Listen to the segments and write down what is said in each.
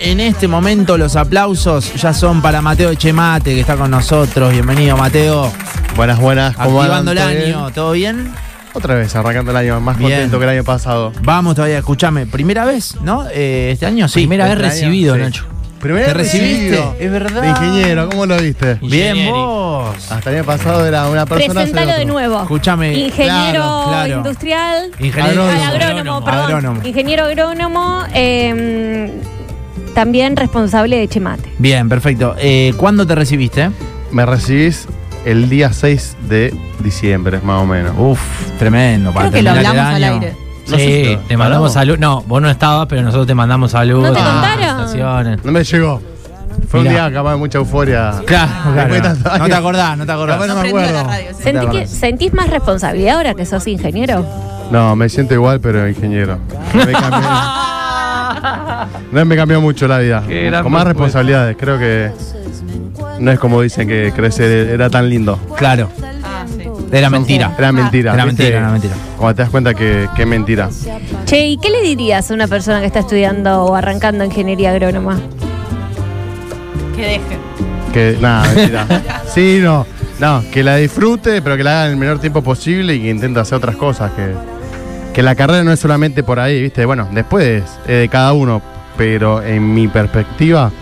en este momento los aplausos ya son para Mateo Echemate, que está con nosotros. Bienvenido, Mateo. Buenas, buenas, ¿cómo andan? Activando el ¿Todo bien? año, ¿todo bien? Otra vez, arrancando el año, más Bien. contento que el año pasado. Vamos todavía, escúchame. Primera vez, ¿no? Eh, este año sí. Primera vez Extraño, recibido, sí. Nacho. Primera ¿Te vez recibiste? recibido. Es verdad. De ingeniero, ¿cómo lo viste? Bien, Ingenieri. vos. Hasta el año pasado era una persona. soy Presentalo otro. de nuevo. Escúchame. Ingeniero claro, claro. industrial. Ingeniero Ay, Agrónomo. agrónomo, perdón. Agrónomo. Ingeniero agrónomo, eh, también responsable de Chemate. Bien, perfecto. Eh, ¿Cuándo te recibiste? Me recibís el día 6 de diciembre, más o menos. Uh, Uf, tremendo. para Creo que lo terminar el hablamos al año. aire. No sé si Sí, lo- te mandamos ¿hablamos? saludos. No, vos no estabas, pero nosotros te mandamos saludos. ¿No te Ah, contaron? felicitaciones. No me llegó. Fue Mirá. un día capaz de mucha euforia. Claro, Después de claro. tantos No te años. acordás, no te acordás. Capaz no No me prendió la acuerdo. radio, sí. Sentí que- acordás. ¿Sentís más responsabilidad ahora que sos ingeniero? No, me siento igual, pero ingeniero. No me cambió, no me cambió mucho la vida. Qué gran Con más respuesta. responsabilidades, creo que no es como dicen que crecer era tan lindo. Claro, Ah, sí. era mentira. Era mentira. Era ¿viste? mentira, era mentira. Cuando te das cuenta que, que es mentira. Che, ¿y qué le dirías a una persona que está estudiando o arrancando ingeniería agrónoma? Que deje. Que nada, mentira. sí, no. No, que la disfrute, pero que la haga en el menor tiempo posible y que intente hacer otras cosas. Que, que la carrera no es solamente por ahí, ¿viste? Bueno, después es eh, de cada uno, pero en mi perspectiva,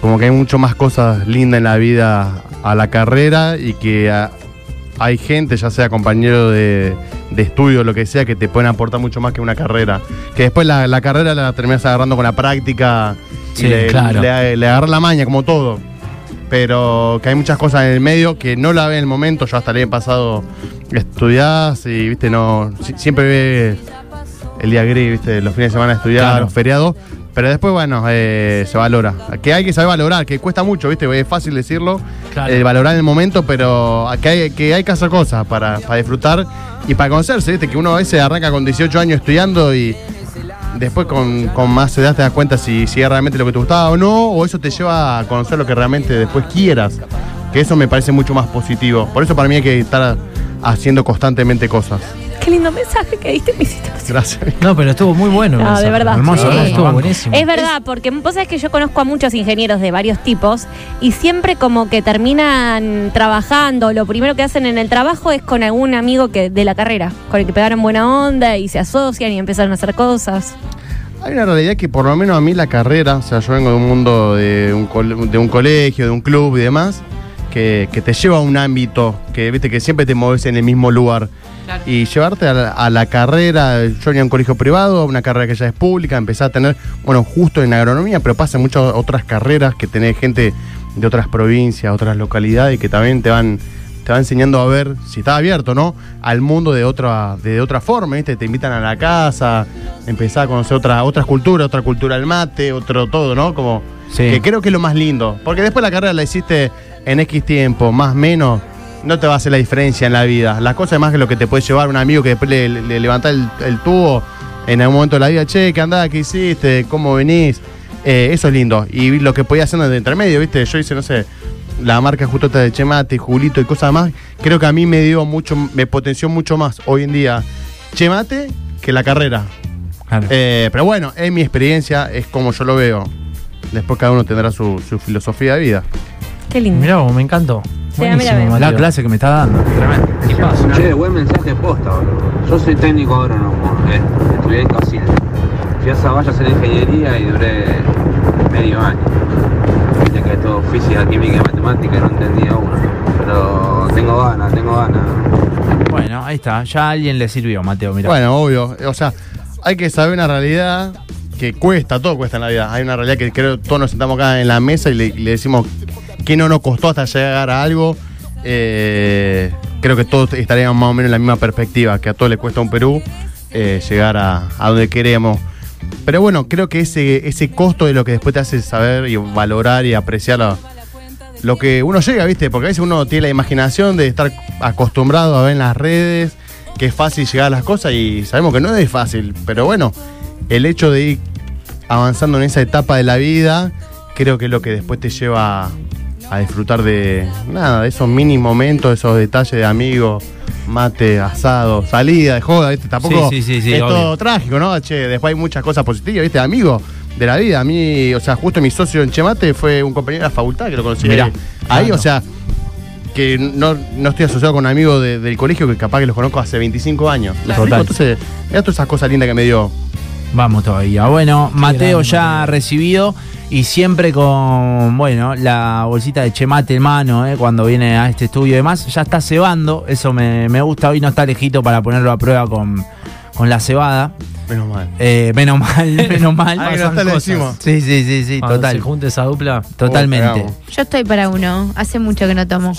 como que hay mucho más cosas lindas en la vida a la carrera y que ah, hay gente, ya sea compañero de, de estudio, lo que sea, que te pueden aportar mucho más que una carrera. Que después la, la carrera la terminas agarrando con la práctica Sí, y le, claro. le- le agarras la maña, como todo. Pero que hay muchas cosas en el medio que no la ve en el momento. Yo hasta el año pasado estudiás y, viste, no. si- siempre ve el día gris, viste, los fines de semana estudiar, Claro. los feriados. Pero después, bueno, eh, se valora. Que hay que saber valorar, que cuesta mucho, viste, es fácil decirlo, Claro. eh, valorar en el momento, pero que hay que, hay que hacer cosas para, para disfrutar y para conocerse, viste, que uno a veces arranca con 18 años estudiando y después con, con más edad te das cuenta si, si es realmente lo que te gustaba o no, o eso te lleva a conocer lo que realmente después quieras. Que eso me parece mucho más positivo. Por eso para mí hay que estar haciendo constantemente cosas. Qué lindo mensaje que diste, me hiciste emocionar. Gracias. No, pero estuvo muy bueno. No, Gonzalo. de verdad. Hermoso, sí. Eh, Ah, hermoso, estuvo banco. buenísimo. Es verdad, porque vos sabés que yo conozco a muchos ingenieros de varios tipos y siempre como que terminan trabajando, lo primero que hacen en el trabajo es con algún amigo que de la carrera, con el que pegaron buena onda y se asocian y empezaron a hacer cosas. Hay una realidad que por lo menos a mí la carrera, o sea, yo vengo de un mundo de un, col- de un colegio, de un club y demás, que, que te lleva a un ámbito, que viste que siempre te mueves en el mismo lugar. Claro. Y llevarte a la, a la carrera, yo venía a un colegio privado, a una carrera que ya es pública, empezás a tener, bueno, justo en agronomía, pero pasa en muchas otras carreras que tenés gente de otras provincias, otras localidades, que también te van, te va enseñando a ver si está abierto, ¿no? Al mundo de otra, de otra forma, ¿viste? Te invitan a la casa, empezás a conocer otra, otras culturas, otra cultura del mate, otro todo, ¿no? Como Sí. que creo que es lo más lindo. Porque después la carrera la hiciste en X tiempo, más menos, no te va a hacer la diferencia en la vida. Las cosas más que lo que te puede llevar un amigo que después le, le levanta el, el tubo en algún momento de la vida, che, ¿qué andás? ¿Qué hiciste? ¿Cómo venís? Eh, eso es lindo. Y lo que podía hacer en el intermedio, ¿viste? Yo hice, no sé, la marca justo esta de Chemate, Julito y cosas más. Creo que a mí me dio mucho, me potenció mucho más hoy en día Chemate que la carrera. Claro. Eh, pero bueno, es mi experiencia, es como yo lo veo. Después cada uno tendrá su, su filosofía de vida. Qué lindo. Mirá vos, me encantó. mirá, mirá. Buenísimo, La Mateo. clase que me está dando. Tremendo. ¿Qué pasa? Che, buen mensaje posta, boludo. Yo soy técnico agrónomo, eh, estudié en Casilda. Fui a Zavalla a hacer ingeniería y duré medio año. Viste que es todo física, química y matemática, no entendía uno. Pero tengo ganas, tengo ganas. Bueno, ahí está. Ya a alguien le sirvió, Mateo. Mira. Bueno, obvio. O sea, hay que saber una realidad que cuesta, todo cuesta en la vida. Hay una realidad que creo todos nos sentamos acá en la mesa y le, y le decimos que no nos costó hasta llegar a algo. Eh, creo que todos estaríamos más o menos en la misma perspectiva, que a todos les cuesta un Perú eh, llegar a, a donde queremos. Pero bueno, creo que ese, ese costo de lo que después te hace saber y valorar y apreciar la- lo que uno llega, ¿viste? Porque a veces uno tiene la imaginación de estar acostumbrado a ver en las redes que es fácil llegar a las cosas y sabemos que no es fácil, pero bueno, el hecho de ir avanzando en esa etapa de la vida, creo que es lo que después te lleva a disfrutar de nada, de esos mini momentos, esos detalles de amigos, mate, asado, salida, de joda, ¿viste? tampoco Sí, sí, sí, sí, es obvio. todo trágico, ¿no? Che, después hay muchas cosas positivas, ¿viste? Amigos, de la vida. A mí, o sea, justo mi socio en Chemate fue un compañero de la facultad que lo conocí Mirá. Ah, ahí. Ahí, Claro. o sea, que no, no estoy asociado con amigos de- del colegio que capaz que los conozco hace 25 años. ¿Me Claro. explico? Entonces, mira todas esas cosas lindas que me dio. Vamos todavía. Bueno, Mateo grande, ya recibido y siempre con, bueno, la bolsita de chemate en mano, ¿eh? cuando viene a este estudio y demás. Ya está cebando, eso me, me gusta. Hoy no está lejito para ponerlo a prueba con, con la cebada. Menos mal. Eh, menos mal, menos mal. Ah, que no está Pasan cosas. encima. Sí, sí, sí, sí, Cuando Ah, se total. junte esa dupla. Totalmente. cagamos. Yo estoy para uno. Hace mucho que no tomo.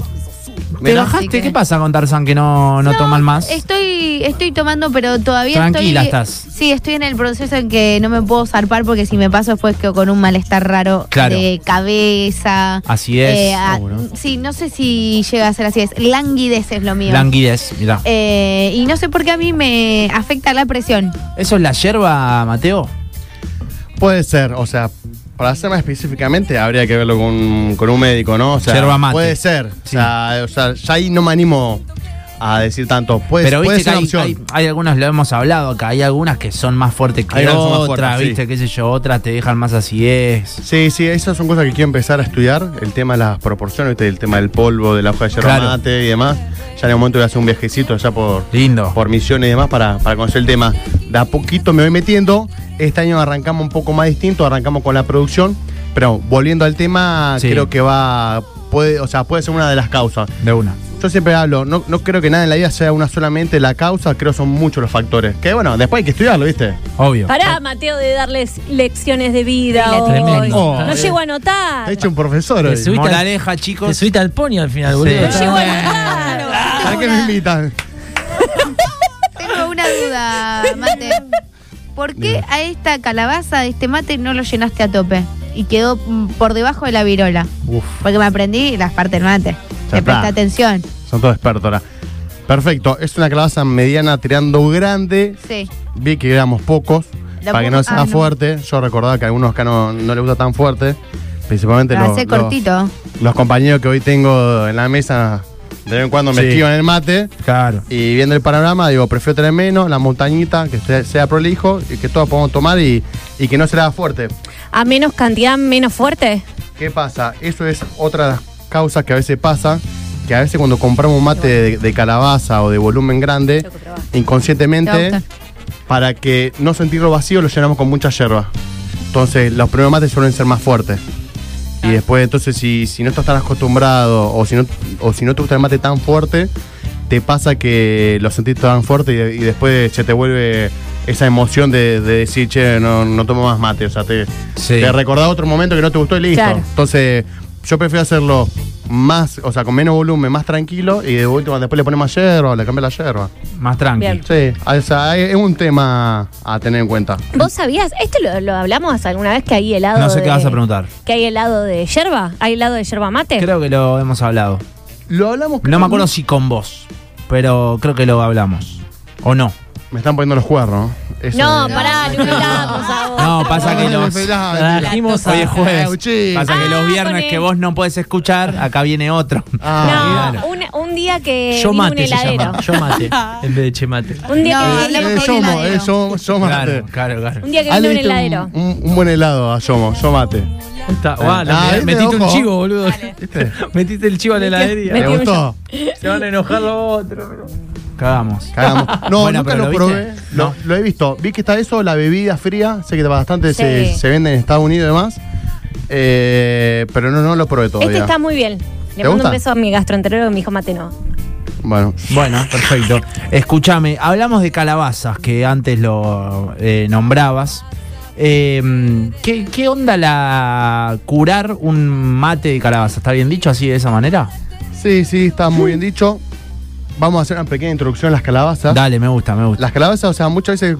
¿Te Mirá. bajaste? Así que- ¿Qué pasa con Tarzan que no, no, toman más? Estoy, estoy tomando, pero todavía Tranquila estoy- estás. Sí, estoy en el proceso en que no me puedo zarpar porque si me paso después quedo con un malestar raro Claro. de cabeza. Así es. Eh, a- seguro. sí, no sé si llega a ser así. Es languidez es lo mío. Languidez, mirá. Eh, y no sé por qué a mí me afecta la presión. ¿Eso es la yerba, Mateo? Puede ser, o sea, para ser más específicamente habría que verlo con, con un médico, ¿no? O sea, Yerba mate. puede ser. O, sea, o sea, ya ahí no me animo a decir tanto. Puede, Pero Pues puede viste que ser una hay, opción. hay- hay algunas, lo hemos hablado acá, hay algunas que son más fuertes que Hay unas que son más otras, fuertes, sí. viste, qué sé yo, otras te dejan más acidez. Sí, sí, esas son cosas que quiero empezar a estudiar. El tema de las proporciones, ¿viste? el tema del polvo, de la hoja de yerba Claro. mate y demás. Ya en el momento voy a hacer un viajecito allá por, Lindo. por misiones y demás para, para conocer el tema. De a poquito me voy metiendo. Este año arrancamos un poco más distinto, arrancamos con la producción. Pero volviendo al tema, Sí. creo que va. Puede, o sea, puede ser una de las causas. De una. Yo siempre hablo, no, no creo que nada en la vida sea una solamente la causa, creo son muchos los factores. Que bueno, después hay que estudiarlo, ¿viste? Obvio. Pará, Mateo, de darles lecciones de vida. La hoy. tremenda. No Oh. llego a anotar. Te he hecho un profesor hoy. Te subí- Moraleja, Te chicos. subiste al pony al final, boludo. No llego a anotar. ¿A qué me invitan? Tengo una duda, mate. ¿Por qué a esta calabaza de este mate no lo llenaste a tope? Y quedó mm, por debajo de la virola. Uf, Porque me aprendí las partes del mate. Ya Te está. presta atención. son todos expertos ahora. Perfecto, es una calabaza mediana tirando grande. Sí. Vi que éramos pocos, La para que po- no sea ah, no. fuerte. Yo recordaba que a algunos acá no, no les gusta tan fuerte. Principalmente Lo los, hace los- cortito. los compañeros que hoy tengo en la mesa, de vez en cuando me Sí. esquivan el mate. Claro. Y viendo el panorama, digo, prefiero tener menos, la montañita, que sea, sea prolijo y que todos podamos tomar y, y que no será fuerte. A menos cantidad, menos fuerte. ¿Qué pasa? Eso es otra de las causas que a veces pasa, que a veces cuando compramos un mate de, de calabaza o de volumen grande, Te va a inconscientemente, para que no sentirlo vacío, lo llenamos con mucha yerba. Entonces, los primeros mates suelen ser más fuertes. Y después, entonces, si, si no estás tan acostumbrado o si, no, o si no te gusta el mate tan fuerte, te pasa que lo sentís tan fuerte y, y después se te vuelve esa emoción de, de decir, che, no, no tomo más mate. O sea, te, Sí. te recordaba otro momento que no te gustó y listo. Claro. Entonces, yo prefiero hacerlo más, o sea, con menos volumen, más tranquilo y de última después le ponemos yerba o le cambiamos la yerba. Más tranqui. Bien. Sí, o sea, es es un tema a tener en cuenta. ¿Vos sabías? Esto lo, lo hablamos alguna vez que hay helado. No sé qué de- Eh. vas a preguntar. ¿Que hay helado de yerba? ¿Hay helado de yerba mate? Creo que lo hemos hablado. Lo hablamos. No me Mm. acuerdo si con vos, pero creo que lo hablamos. ¿O no? Me están poniendo los cuernos. Eso No, de- pará, no hablamos a vos. No, pasa que Ay, los... me pelás, Trajimos Hoy es Ah, a... mentira. Ay, jueves. che. Pasa que Ah, los viernes con que el- vos no podés escuchar, acá viene otro. Ah, No, un, un día que Yo vino un mate se Eh, heladero. llama. Yo mate. En vez de chemate. Un día No, que vino, hablamos eh, con yo el mo- heladero. eh, yo- yo mate. Claro, claro, claro. un día que Ah, vino le un diste un- heladero. Un, un buen helado a Yomo, yo mate. Está- guau, la- Ah, ¿viste? metiste un Ojo. chivo, boludo. Metiste el chivo a la heladería. ¿Te Metí un gustó? Se van a enojar los otros. pero- Cagamos. Cagamos. No, Bueno, nunca pero lo, ¿lo probé. viste? No, lo he visto. Vi que está eso, la bebida fría. Sé que bastante se, Sí. se vende en Estados Unidos y demás. Eh, pero no, no lo probé todavía. Este está muy bien. ¿Te Le mando gusta? un beso a mi gastroenterólogo que me dijo mate no. Bueno, Bueno, perfecto. Escúchame, hablamos de calabazas que antes lo eh, nombrabas. Eh, ¿qué, qué onda la curar un mate de calabaza? ¿Está bien dicho así de esa manera? sí, sí, está muy bien dicho. Vamos a hacer una pequeña introducción a las calabazas. Dale, me gusta, me gusta. Las calabazas, o sea, muchas veces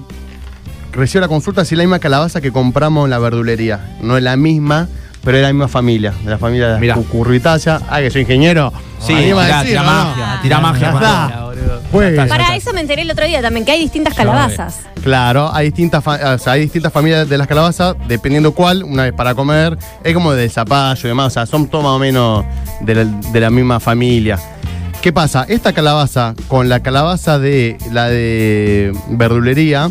recibo la consulta si es la misma calabaza que compramos en la verdulería. No es la misma, pero es la misma familia, de la familia de Mirá. las cucurritacea. Ah, que soy ingeniero. Sí, Ahí va a tirá, decir, tirá ¿o no? magia, tirá magia. Ya Juan. está. boludo. Pues, Ya está, Para eso me enteré el otro día también, que hay distintas calabazas. Claro, hay distintas, fa- o sea, hay distintas familias de las calabazas, dependiendo cuál, una vez para comer, es como del zapallo y demás, o sea, son todo más o menos de la, de la misma familia. ¿Qué pasa? Esta calabaza con la calabaza de la de verdulería,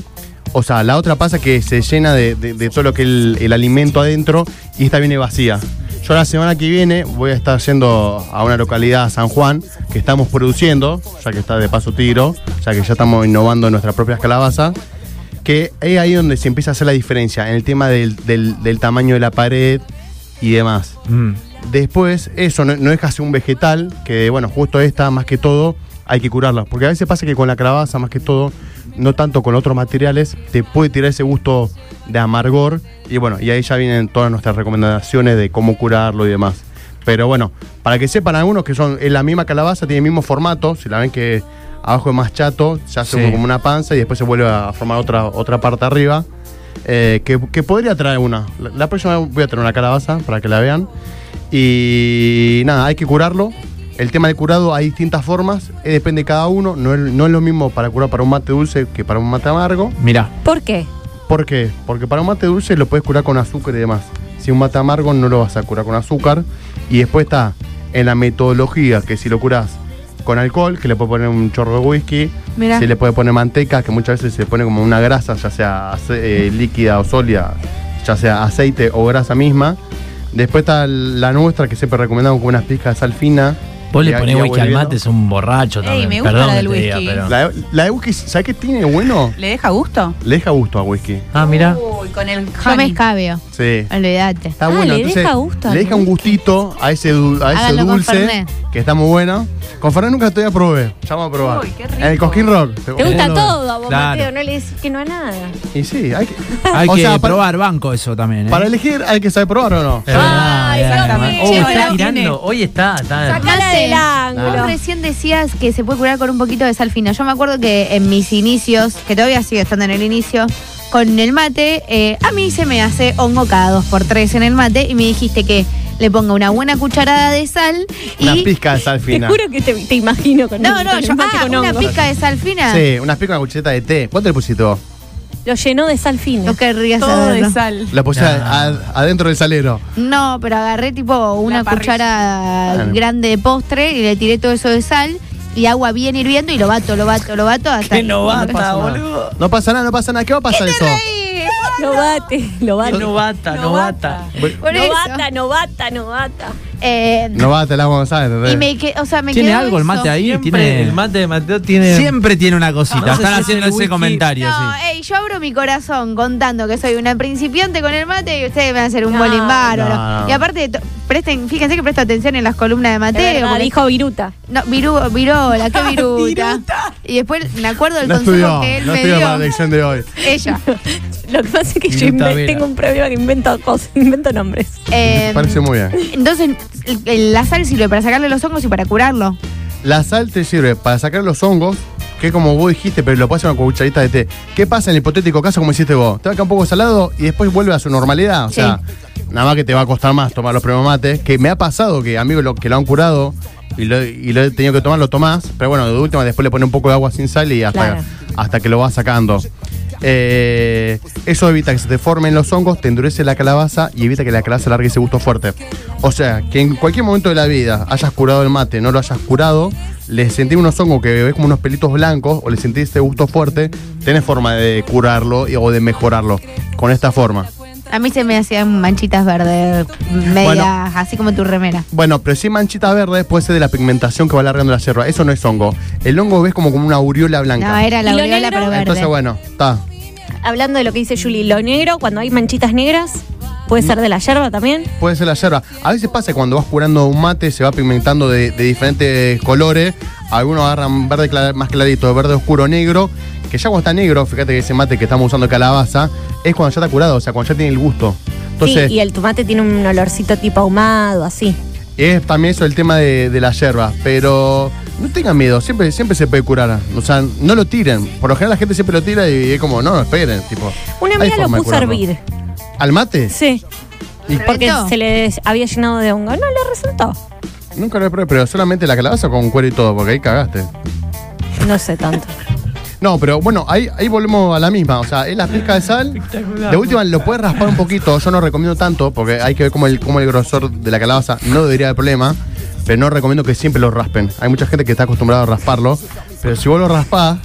O sea, la otra pasa que se llena de, de- de todo lo que el, el alimento adentro y esta viene vacía. Yo la semana que viene voy a estar yendo a una localidad, a San Juan, que estamos produciendo, ya que está de paso tiro, ya que ya estamos innovando nuestras propias calabazas, que es ahí donde se empieza a hacer la diferencia en el tema del, del- del tamaño de la pared y demás. Mm. Después, eso no, no es casi un vegetal, que bueno, justo esta, más que todo, hay que curarla. Porque a veces pasa que con la calabaza, más que todo, no tanto con otros materiales, te puede tirar ese gusto de amargor. Y bueno, y ahí ya vienen todas nuestras recomendaciones de cómo curarlo y demás. Pero bueno, para que sepan algunos que son es la misma calabaza, tiene el mismo formato. Si la ven que abajo es más chato, se hace Sí. como una panza y después se vuelve a formar otra, otra parte arriba. eh, que, que podría traer una. La, la próxima voy a traer una calabaza para que la vean. Y nada, hay que curarlo. El tema del curado hay distintas formas, eh, depende de cada uno. No es, no es lo mismo para curar para un mate dulce que para un mate amargo. Mirá. ¿Por qué? ¿Por qué? Porque para un mate dulce lo puedes curar con azúcar y demás. Si un mate amargo no lo vas a curar con azúcar. Y después está en la metodología, que si lo curas con alcohol, que le puedes poner un chorro de whisky, Mirá. se le puede poner manteca, que muchas veces se pone como una grasa, ya sea ace- eh, líquida o sólida, ya sea aceite o grasa misma. Después está la nuestra, que siempre recomendamos con unas pizcas de sal fina. Vos Y le a- ponés y a whisky al volviendo. mate, es un borracho Ey, también. me gusta Perdón la que del te diga, whisky. pero. La, la de whisky, ¿sabes qué tiene bueno? ¿Le deja gusto? Le deja gusto a whisky. Ah, mirá. Uy, con el Yo me honey. escabio, Sí. olvídate. Está Ah, bueno, le entonces, deja gusto al Le deja un gustito a ese, du- a ese Háganlo con dulce Fernet. que está muy bueno. Con Fernet nunca todavía probé. Ya vamos a probar. Uy, qué En rico. el Cosquín Rock. Te gusta Claro. todo a vos, Claro. Mateo, no le decís que no a nada. Y sí, hay que, Hay o que sea, para, probar banco eso también. ¿eh? para elegir hay que saber probar o no. Es verdad, Ah, Ay, es verdad. Samuel. Oh, Sí, está ahora tiene. tirando. Hoy está. está- Sacala Mate. del ángulo. Vos recién decías que se puede curar con un poquito de sal fina. Yo me acuerdo que en mis inicios, que todavía sigo estando en el inicio, con el mate, eh, a mí se me hace hongo cada dos por tres en el mate y me dijiste que le ponga una buena cucharada de sal y... Unas pizcas de sal Te fina. juro que te, te imagino con no, un- no, con yo, un mate ah, con una hongo. pizca de sal fina. Sí, unas picas con una cucharita de té. ¿Cuánto le pusiste vos? Lo llenó de sal fina. No querría Todo saberlo. de sal. La pusiste ad- adentro del salero. No, pero agarré tipo una parrilla. cuchara Claro. grande de postre y le tiré todo eso de sal y agua bien hirviendo y lo bato, lo bato, lo bato hasta Qué que no novata, pasa nada. boludo. No pasa nada, no pasa nada. ¿Qué va a pasar eso? Lo bate, lo Qué bate. novata, novata. Por eso. Novata, novata, novata. Eh, No va, te la vamos a saber. Y me que- o sea, me ¿Tiene quedó algo el eso. mate ahí? Siempre tiene... el mate de Mateo tiene. Siempre tiene una cosita. No sé Están si es haciendo el ese whisky. comentario, No, sí. ey, yo abro mi corazón contando que soy una principiante con el mate y ustedes me van a hacer un No. bolín bárbaro. No, no. Y aparte, to- presten, fíjense que presto atención en las columnas de Es Mateo. verdad, porque- dijo Viruta. No, viru- virola, qué viruta. y después me acuerdo del No consejo estudió, que él no me estudió dio. para la lección de hoy. Ella. Lo que pasa es que yo Viruta inve- Vera. tengo un problema que invento cosas, invento nombres. Eh, Parece muy bien. Entonces, el- el- la sal sirve para sacarle los hongos y para curarlo. La sal te sirve para sacar los hongos, que como vos dijiste, pero lo pasas con una cucharita de té. ¿Qué pasa en el hipotético caso como hiciste vos? Te va a quedar un poco salado y después vuelve a su normalidad. O Sí. sea, nada más que te va a costar más tomar los primeros mates, que me ha pasado que amigos lo, que lo han curado y lo, y lo he tenido que tomar, lo tomás, pero bueno, de última después le pones un poco de agua sin sal y hasta, Claro. hasta que lo vas sacando. Eh, eso evita que se te formen los hongos, te endurece la calabaza y evita que la calabaza largue ese gusto fuerte. O sea, que en cualquier momento de la vida hayas curado el mate, no lo hayas curado, le sentís unos hongos que ves como unos pelitos blancos o le sentís ese gusto fuerte, tenés forma de curarlo y- o de mejorarlo con esta forma. A mí se me hacían manchitas verdes, medias, Bueno. así como tu remera. Bueno, pero si manchitas verdes puede ser de la pigmentación que va alargando la yerba. Eso no es hongo. El hongo ves como, como una aureola blanca. No, era la ¿Y lo aureola, negro? pero verde. Entonces, bueno, está. Hablando de lo que dice Julie, lo negro, cuando hay manchitas negras, puede ser de la yerba también. Puede ser la yerba. A veces pasa que cuando vas curando un mate se va pigmentando de, de diferentes colores. Algunos agarran verde cla- más clarito, verde oscuro, negro. Que ya cuando está negro, fíjate que ese mate que estamos usando de calabaza, es cuando ya está curado, o sea, cuando ya tiene el gusto. Entonces, sí, y el tomate tiene un olorcito tipo ahumado, así. es también eso el tema de, de la yerba. Pero no tengan miedo, siempre, siempre se puede curar. O sea, no lo tiren. Por lo general la gente siempre lo tira y es como, no, esperen. Tipo, Una hay amiga lo forma de puso a curarlo. hervir. ¿Al mate? Sí, Y porque ¿Reventó? se le había llenado de hongo. No le resultó. nunca lo probé, pero solamente la calabaza con cuero y todo, porque ahí cagaste. No sé tanto. No, pero bueno, ahí, ahí volvemos a la misma. O sea, es la pizca de sal. De última, lo puedes raspar un poquito. Yo no recomiendo tanto, porque hay que ver cómo el, cómo el grosor de la calabaza no debería haber problema. Pero no recomiendo que siempre lo raspen. Hay mucha gente que está acostumbrada a rasparlo. Pero si vos lo raspás,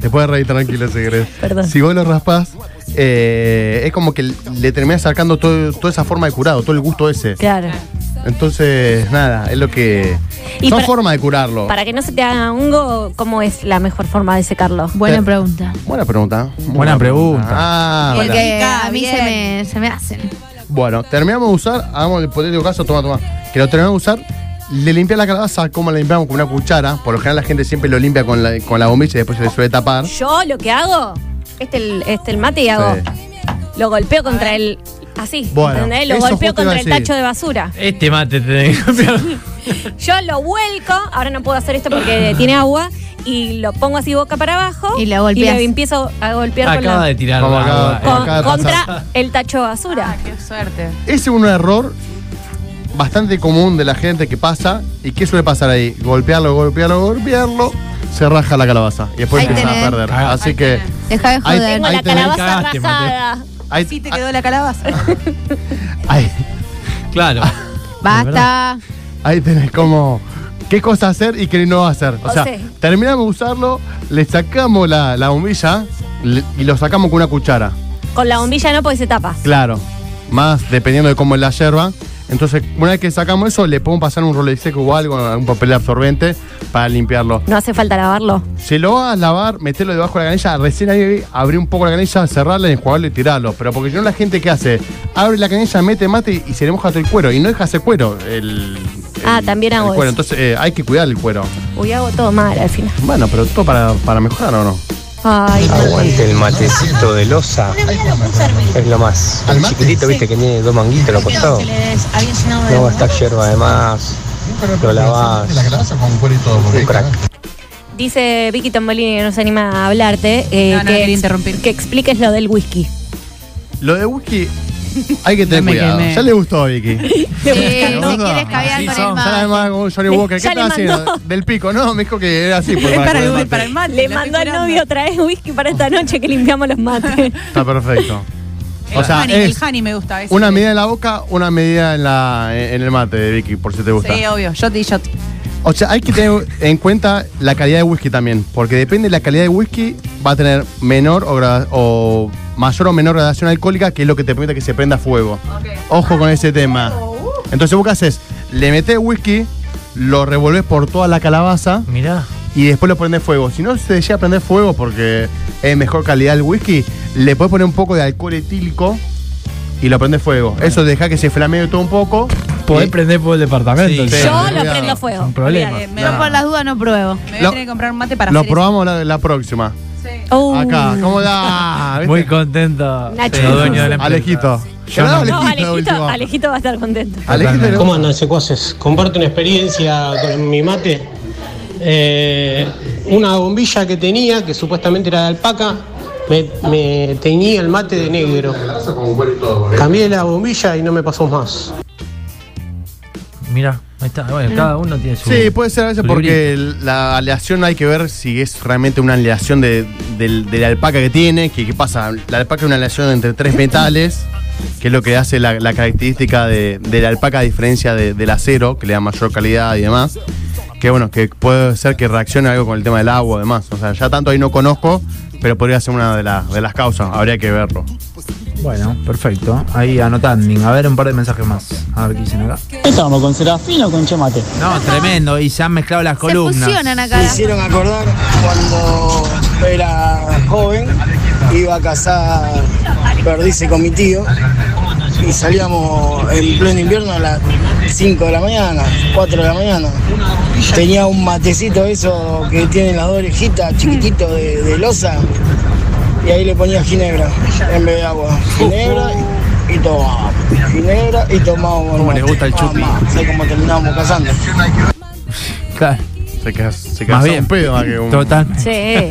Te puedes reír tranquilo si querés. Perdón. Si vos lo raspás, eh, es como que le terminás sacando todo- toda esa forma de curado, todo el gusto ese. Claro. Entonces, nada, es lo que. Y son para- formas de curarlo. Para que no se te haga hongo, ¿cómo es la mejor forma de secarlo? Buena Eh. pregunta. Buena pregunta. Buena pregunta. Ah, Porque vale. a mí se me, se me hacen. Bueno, terminamos de usar, hagamos el hipotético caso, toma, toma. Que lo terminamos de usar, le limpias la calabaza, como la limpiamos con una cuchara. Por lo general la gente siempre lo limpia con la, con la bombilla y después se le suele tapar. Yo lo que hago, este el, este el mate y hago, Sí. lo golpeo contra el. Así, Bueno, ¿entendés? Lo eso golpeo justo iba contra a el decir. tacho de basura. Este mate tenés que cambiar. Yo lo vuelco, ahora no puedo hacer esto porque tiene agua, y lo pongo así boca para abajo. Y la golpeas. Y me empiezo a golpear con, Ah, Acaba la- de tirar Como agua. eh. acaba- con- acaba de pasar. contra el tacho de basura. Ah, qué suerte. Ese es un error bastante común de la gente que pasa. ¿Y qué suele pasar ahí? Golpearlo, golpearlo, golpearlo. Se raja la calabaza y después Ahí empiezan tenés. a perder. Ahí Así que. Deja de Ahí- joder. Tengo la tenés. calabaza Cagaste, Mateo. rasada. Ahí, Sí, te quedó la calabaza. ahí, Ah, Claro. Basta. ahí tenés como. ¿Qué cosa hacer y qué no hacer? O O sea, sea. terminamos de usarlo, le sacamos la, la bombilla le- y lo sacamos con una cuchara. Con la bombilla no, porque se tapa. Claro. Más dependiendo de cómo es la yerba. Entonces, una vez que sacamos eso, le podemos pasar un rollo seco o algo, un papel absorbente para limpiarlo. No hace falta lavarlo. Si lo vas a lavar, meterlo debajo de la canilla, recién ahí abrir un poco la canilla, cerrarla, enjuagarlo y tirarlo. Pero porque si no, la gente que hace, abre la canilla, mete mate y se le moja todo el cuero. Y no deja ese cuero. El, Ah, el- también hago el cuero. eso. Entonces, eh, hay que cuidar el cuero. Uy, hago todo mal al final. Bueno, pero todo para, para mejorar o no. Ay, Aguante el matecito de losa. Es lo más. ¿Al El mate? chiquitito, viste, que tiene dos manguitos en los costados. No va a estar yerba además. Lo lavás. Un crack. Dice Vicky Tombolini que no se anima a hablarte. eh, No, no, que, quería interrumpir. que expliques lo del whisky. Lo de whisky, hay que tener me cuidado. quemé. Ya le gustó a Vicky. Sí, si ¿no? quieres caviar Así con el son, Ya la mate. mandó con Johnny Le- Walker. ¿Qué ya le estás haciendo? mandó. Del pico, ¿no? Me dijo que era así. por- Es para por el, mate. para el mate. Le lo mandó estoy al curando. novio, traes whisky para esta noche que limpiamos los mates. Está perfecto. El O sea, honey, es el honey me gusta. ese. una medida en la boca, una medida en, la, en el mate de Vicky, por si te gusta. Sí, obvio. Shot y shot. O sea, hay que tener en cuenta la calidad de whisky también, porque depende de la calidad de whisky, va a tener menor o, gra- o mayor o menor gradación alcohólica, que es lo que te permite que se prenda fuego. Ojo con ese tema. uh. Entonces, vos qué haces? Le metes whisky, lo revolves por toda la calabaza Mirá. y después lo prendes fuego. Si no se llega a prender fuego porque es mejor calidad el whisky, le puedes poner un poco de alcohol etílico y lo prendes fuego. Eso deja que se flamee todo un poco. Podés y- prender por el departamento. Sí. entonces. Yo cuidado. lo prendo fuego. Un problema. Eh, me, Yo voy por las dudas no pruebo. me voy Lo- a tener que comprar un mate para Lo hacer probamos la, la próxima. eso. Sí. Uh, Acá, ¿cómo da? ¿Viste? Muy contento. Nacho. Los dueños de la empresa. Alejito. Yo Ganaba no. No, Alejito, Alejito, último. Alejito va a estar contento. Alejito era- ¿Cómo andan, secuaces? Comparto una experiencia con mi mate. Eh, una bombilla que tenía, que supuestamente era de alpaca, me, me teñía el mate de negro. Cambié la bombilla y no me pasó más. Mirá, ahí está. Bueno, cada uno tiene su. Sí, puede ser a veces su porque la aleación hay que ver si es realmente una aleación de, del- de la alpaca que tiene. Que, ¿Qué pasa? La alpaca es una aleación entre tres metales, que es lo que hace la, la característica de, de la alpaca a diferencia de- del acero, que le da mayor calidad y demás. Que bueno, que puede ser que reaccione algo con el tema del agua, además. O sea, ya tanto ahí no conozco, pero podría ser una de, las- de las causas. Habría que verlo. Bueno, perfecto. Ahí anotando. A ver un par de mensajes más. A ver qué dicen acá. ¿Estamos con Serafino o con Chemate? No, tremendo. Y se han mezclado las Se columnas. fusionan acá. Me hicieron acordar cuando era joven, iba a cazar perdices con mi tío y salíamos en pleno invierno a las 5 de la mañana, 4 de la mañana. Tenía un matecito eso que tiene las dos orejitas, chiquitito de, de losa, y ahí le ponía ginebra en vez de agua. Ginebra y, y tomaba. Ginebra y tomaba. ¿Cómo les gusta el chupi? Sé cómo terminábamos cazando. Claro. Se queda, se queda Más bien. un pedo más que un- Total. Sí.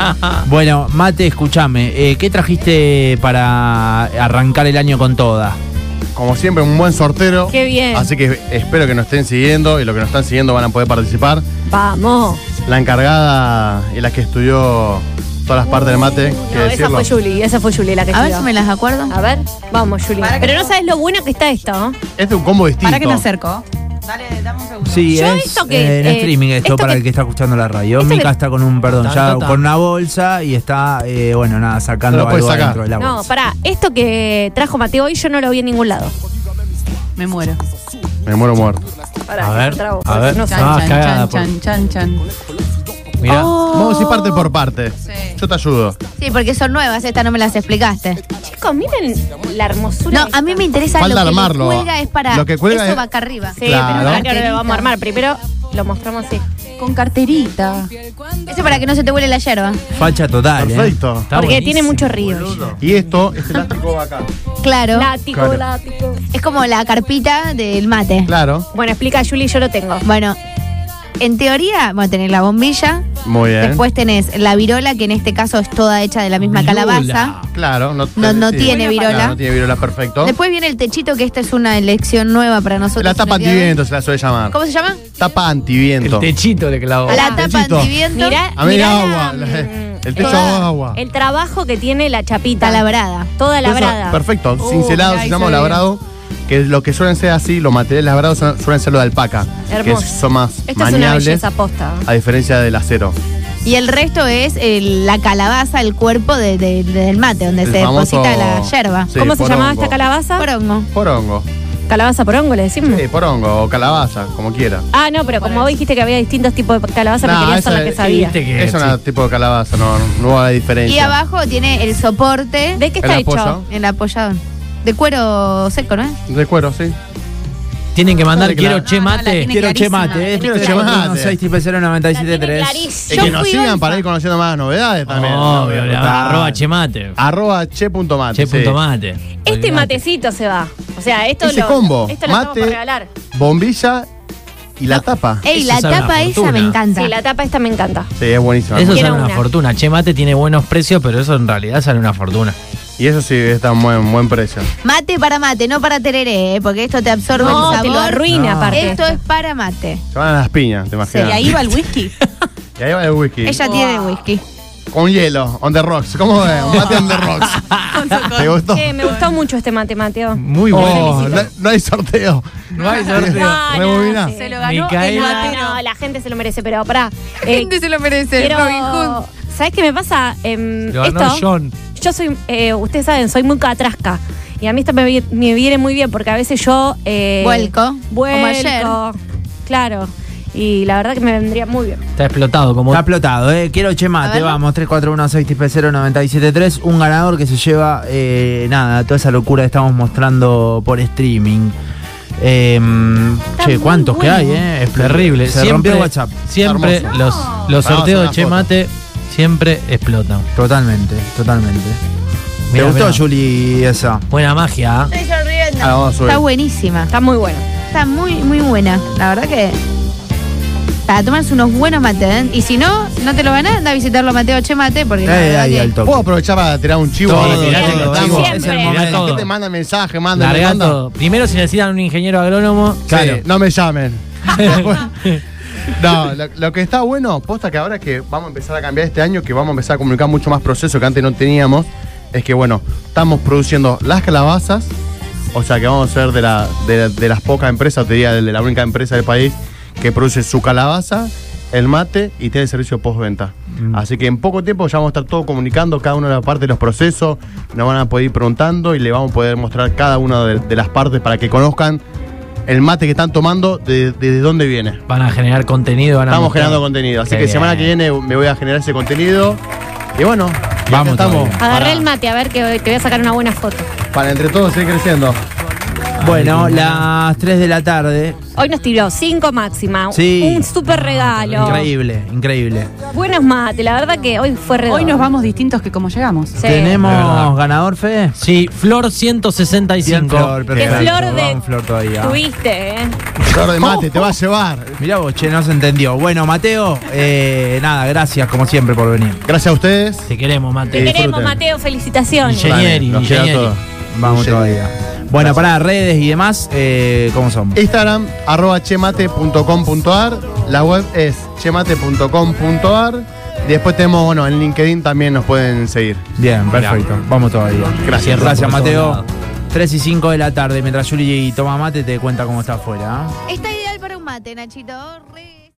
Bueno, Mate, escúchame. eh, ¿Qué trajiste para arrancar el año con toda? Como siempre, un buen sortero. Qué bien. Así que espero que nos estén siguiendo y los que nos están siguiendo van a poder participar. Vamos. La encargada y la que estudió todas las partes del mate, que No, esa decirlo. fue Julie, esa fue Julie la que A ver tiró. si me las acuerdo. A ver, vamos, Julie. Para que Pero no no- sabes lo buena que está esto. ¿eh? ¿no? Este es un combo distinto. Para que me acerco. Dale, dame un segundo. Sí, Yo es esto que, eh, en eh, streaming esto, esto para que- el que está escuchando la radio. esto Mica que- está con un, perdón, Tan, ya tan, tan. con una bolsa y está, eh, bueno, nada, sacando No lo algo puedes sacar. dentro de la No, bolsa. pará, esto que trajo Mateo hoy yo no lo vi en ningún lado. Me muero. Me muero muerto. Pará, A ver, yo trago, a ver. no sé. Chan, Ah, chan, cagada, chan, chan, chan, chan. Mirá. Oh. Vamos a ir parte por parte. Sí. Yo te ayudo. Sí, porque son nuevas, esta no me las explicaste. Chicos, miren la hermosura. No, de a mí esta. me interesa Falta lo que armarlo. le cuelga es para Lo que cuelga eso es- va acá arriba. Sí, Claro. pero ahora lo vamos a armar. Primero lo mostramos así. Con carterita. Eso para que no se te huele la yerba. Facha total, eh. Perfecto. Está porque buenísimo, tiene mucho río. boludo. Y esto, este elástico va acá. Claro. Látigo, Claro. látigo. Es como la carpita del mate. Claro. Bueno, explica, Juli, yo lo tengo. Bueno, en teoría, bueno, tenés la bombilla, Muy bien. después tenés la virola, que en este caso es toda hecha de la misma Virola. calabaza. claro, no, No- no tiene Claro, virola. no tiene virola, perfecto. Después viene el techito, que esta es una elección nueva para nosotros. la tapa en el día de hoy. antiviento se la suele llamar. ¿Cómo se llama? Tapa El antiviento. techito le clavó. La tapa techito. antiviento Mirá, A mí mirá agua. la, mm, el techo toda- agua. El trabajo que tiene la chapita, la talabrada. toda Por eso, labrada. Perfecto, Uh, cincelado, mirá, se ahí llama se ve. labrado. Que lo que suelen ser así, los materiales labrados suelen, suelen ser los de alpaca. Hermoso. Que son más Esta es una maniables. belleza posta. a diferencia del acero. Y el resto es el- la calabaza, el cuerpo de- de- del mate, donde El se famoso- deposita la yerba. Sí, ¿Cómo se llamaba porongo. esta calabaza? Porongo. Porongo. Calabaza porongo, le decimos. Sí, porongo o calabaza, como quiera. Ah, no, pero como vos dijiste que había distintos tipos de calabaza, Nah, me quería esa hacer la que es- sabía. Viste que- Es un tipo de calabaza, no, no hay diferencia. Y abajo tiene el soporte, ¿De qué El está apoyo. hecho? el apoyador. De cuero seco, ¿no es? De cuero, sí. Tienen que mandar Dale, quiero claro. che No, no, la mate. tiene Quiero che clarísima, mate, eh. tiene Quiero che clarísima. mate. 973. Y que nos sigan para ir conociendo más novedades también. Obvio, Novedades. Ah, la- arroba che mate. Arroba che.mate. Che punto mate. Este Olvidate. matecito se va. O sea, esto Ese lo, combo. esto lo estamos mate, por regalar. bombilla y la tapa. Eh. Ey, Eso la sabe una tapa esa fortuna. me encanta. Sí, la tapa esta me encanta. Sí, es buenísimo. Eso Quiero sale una una. fortuna. Che mate tiene buenos precios, pero eso en realidad sale una fortuna. Y eso sí, está en buen, buen precio. Mate para mate, no para tereré, ¿eh? porque esto te absorbe No, el sabor. te lo arruina aparte. Esto es para mate. Se van a las piñas, te Y imaginas. ahí va el whisky. Y ahí va el whisky. Ella tiene whisky. Con hielo, on the rocks. ¿Cómo es? Mate on the rocks. ¿Te gustó? Eh, me gustó mucho este mate, Mateo. Muy Oh, no, no hay sorteo. No hay No, no, Rebobina. sí. Se lo ganó el Micaela. matero. Ah, No, la gente se lo merece, pero pará. Eh, se lo merece. quiero- Robin Hood. ¿Sabés qué me pasa? Em, Lo ganó esto, John. Yo soy, eh, ustedes saben, soy muy catrasca. Y a mí esto me, vi- me viene muy bien porque a veces yo. eh, Vuelco, como Vuelco. ayer. Claro. Y la verdad que me vendría muy bien. Está explotado como. Está explotado, eh. Quiero che mate, verlo. vamos, 341-630-973. Un ganador que se lleva, eh, nada, toda esa locura que estamos mostrando por streaming. Eh, che, muy ¿cuántos que bueno. hay, eh? Es Terrible. Se siempre, rompió WhatsApp. Siempre Hermoso. los, los Vamos a sorteos hacer de una Che foto. Mate siempre explotan. Totalmente, totalmente. Me Mirá, gustó, mirá. Juli, esa? Buena magia. ¿eh? Ahora Ah, vamos a subir. Está buenísima. Está muy bueno. Está muy, muy buena. La verdad que. Para tomarse unos buenos mates. ¿eh? Y si no, no te lo ganás, anda a visitarlo a Mateo Che Mate, porque. la Eh, verdad ahí, que- al toque. ¿Puedo aprovechar para tirar un chivo? Todo, Sí, tirá, ya que todo, estamos. siempre. Es el Tirá momento. todo. La gente manda mensaje, manda, Largá manda. todo. Primero si necesitan un ingeniero agrónomo. Claro, no me llamen. Después- no, lo, lo que está bueno, posta que ahora que vamos a empezar a cambiar este año, que vamos a empezar a comunicar mucho más proceso que antes no teníamos, es que bueno, estamos produciendo las calabazas, o sea que vamos a ser de, la, de, de las pocas empresas, te diría, de la única empresa del país que produce su calabaza, el mate y tiene el servicio postventa. Así que en poco tiempo ya vamos a estar todo comunicando, cada una de las partes de los procesos, nos van a poder ir preguntando y le vamos a poder mostrar cada una de- de las partes para que conozcan el mate que están tomando, de- desde dónde viene. Van a generar contenido. Van a Estamos mostrar. generando contenido, así Qué que bien. semana que viene me voy a generar ese contenido. Y bueno, y acá Vamos estamos. todavía. Agarré para, el mate, a ver que hoy te voy a sacar una buena foto. Para entre todos seguir creciendo. Bueno, las 3 de la tarde. Hoy nos tiró cinco máxima. Sí. Un súper regalo. Increíble, increíble. Buenos mate, la verdad que hoy fue redondo. Hoy nos vamos distintos que como llegamos. Sí. de verdad. ¿Tenemos ganador, Fede? Sí, Flor 165. perfecto. Qué flor de- Vamos, Flor todavía. Tuviste, ¿eh? Flor de mate, te va a llevar. Mirá vos, che, no se entendió. Bueno, Mateo, eh, nada, gracias como siempre por venir. Gracias a ustedes. Te queremos, Mate. Te queremos, disfruten. Mateo. Felicitaciones. Ingeniero. Ingenieri, nos queda ingenieri. todo. Vamos Sí. todavía. Bueno, para redes y demás, eh, ¿cómo son? Instagram, arroba chemate.com.ar. La web es chemate.com.ar. Después tenemos, bueno, en LinkedIn también nos pueden seguir. Bien, perfecto. Vamos todavía. Gracias. Gracias, Por Mateo. todos 3 y 5 de la tarde, mientras Juli toma mate, te cuenta cómo está afuera. ¿ah? Está ideal para. mate, Nachito. Re-